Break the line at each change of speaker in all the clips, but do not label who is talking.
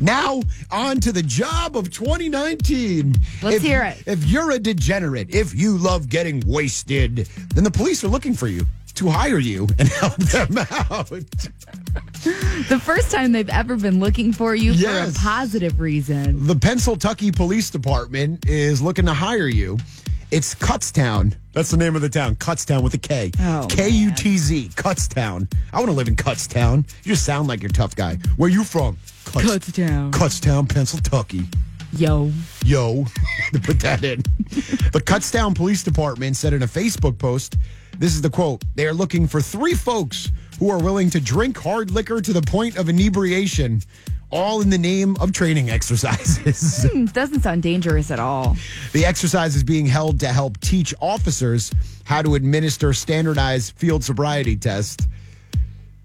Now, on to the job of 2019.
Let's
if,
hear it.
If you're a degenerate, if you love getting wasted, then the police are looking for you to hire you and help them out.
The first time they've ever been looking for you
Yes.
for a positive reason.
The Pennsylvania Police Department is looking to hire you. It's Cutstown. That's the name of the town. Cutstown with a K.
Oh,
K U T Z. Cutstown. I want to live in Cutstown. You just sound like you're a tough guy. Where you from?
Cutstown.
Cutstown, Pennsylvania.
Yo.
Yo, to put that in. the Cutstown Police Department said in a Facebook post, this is the quote, they are looking for three folks who are willing to drink hard liquor to the point of inebriation, all in the name of training exercises.
Hmm, Doesn't sound dangerous at all.
the exercise is being held to help teach officers how to administer standardized field sobriety tests.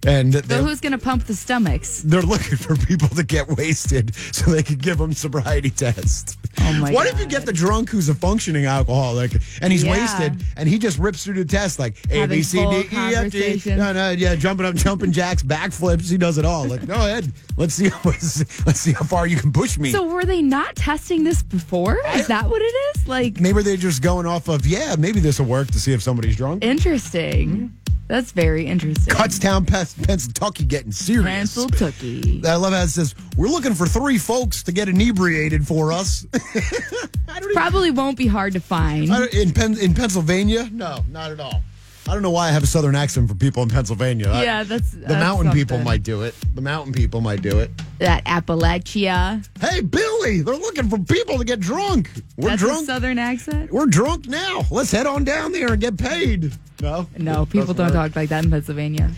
And
So
they're,
who's going to pump the stomachs?
they're looking for people to get wasted so they can give them sobriety tests.
Oh my
what if you
God.
get the drunk who's a functioning alcoholic and he's
Yeah.
wasted and he just rips through the test like A
Having
B C D
full
E F G?
conversation.
No, no, yeah, jumping up, jumping jacks, backflips. He does it all. Like, go ahead, let's see, let's, let's see how far you can push me.
So were they not testing this before? Is that what it is? Like
maybe they're just going off of yeah, maybe this will work to see if somebody's drunk.
interesting. That's very interesting.
Cutstown, Pennsylvania, getting serious.
Pennsylvania.
I love how it says we're looking for three folks to get inebriated for us. I don't even
Probably won't be hard to find.
I don't- in Pen- in Pennsylvania? No, not at all. I don't know why I have a southern accent for people in Pennsylvania. I-
Yeah, that's-
the
that's
mountain people
something.
might do it. The mountain people might do it.
That Appalachia.
Hey, Billy, they're looking for people to get drunk. We're
That's a
drunk.
southern accent.
We're drunk now. Let's head on down there and get paid. No,
No,
it
people
doesn't
don't
work.
talk like that in Pennsylvania.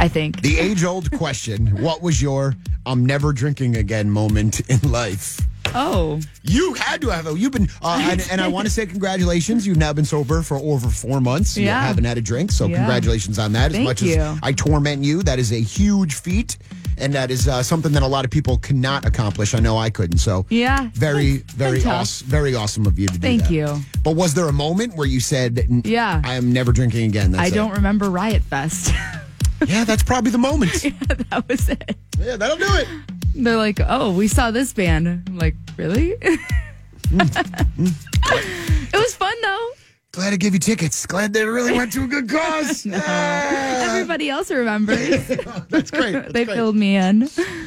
I think.
The age-old question: What was your "I'm never drinking again" moment in life?
Oh,
You had to have. You've been, uh, and, and I want to say congratulations. You've now been sober for over four months. You
Yeah.
haven't had a drink, so
Yeah.
congratulations on that. As
Thank
much as
you.
I torment you, that is a huge feat, and that is uh, something that a lot of people cannot accomplish. I know I couldn't. So
Yeah.
very,
It's been
very
tough.
awesome, very awesome of you to do
Thank
that.
you.
But was there a moment where you said, "N-
Yeah.
I am never drinking again"? That's
I
it."
don't remember Riot Fest.
Yeah, that's probably the moment.
that was it.
yeah, that'll do it.
They're like, oh, we saw this band. I'm like, really? it
Mm.
was fun though.
Glad I gave you tickets. Glad they really went to a good cause. Yeah.
Everybody else remembers.
That's great. That's
they
great.
filled me in.